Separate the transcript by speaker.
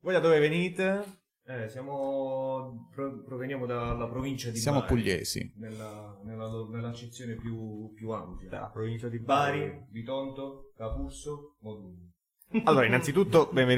Speaker 1: Voi da dove venite?
Speaker 2: Eh, siamo, pro- proveniamo dalla provincia di
Speaker 3: Siamo
Speaker 2: Bari,
Speaker 3: pugliesi.
Speaker 2: nella, nella, nell'accezione più, più ampia.
Speaker 1: Dalla provincia di Bari.
Speaker 2: Bari, Bitonto, Capurso, Modugno.
Speaker 1: Allora, innanzitutto, benvenuti.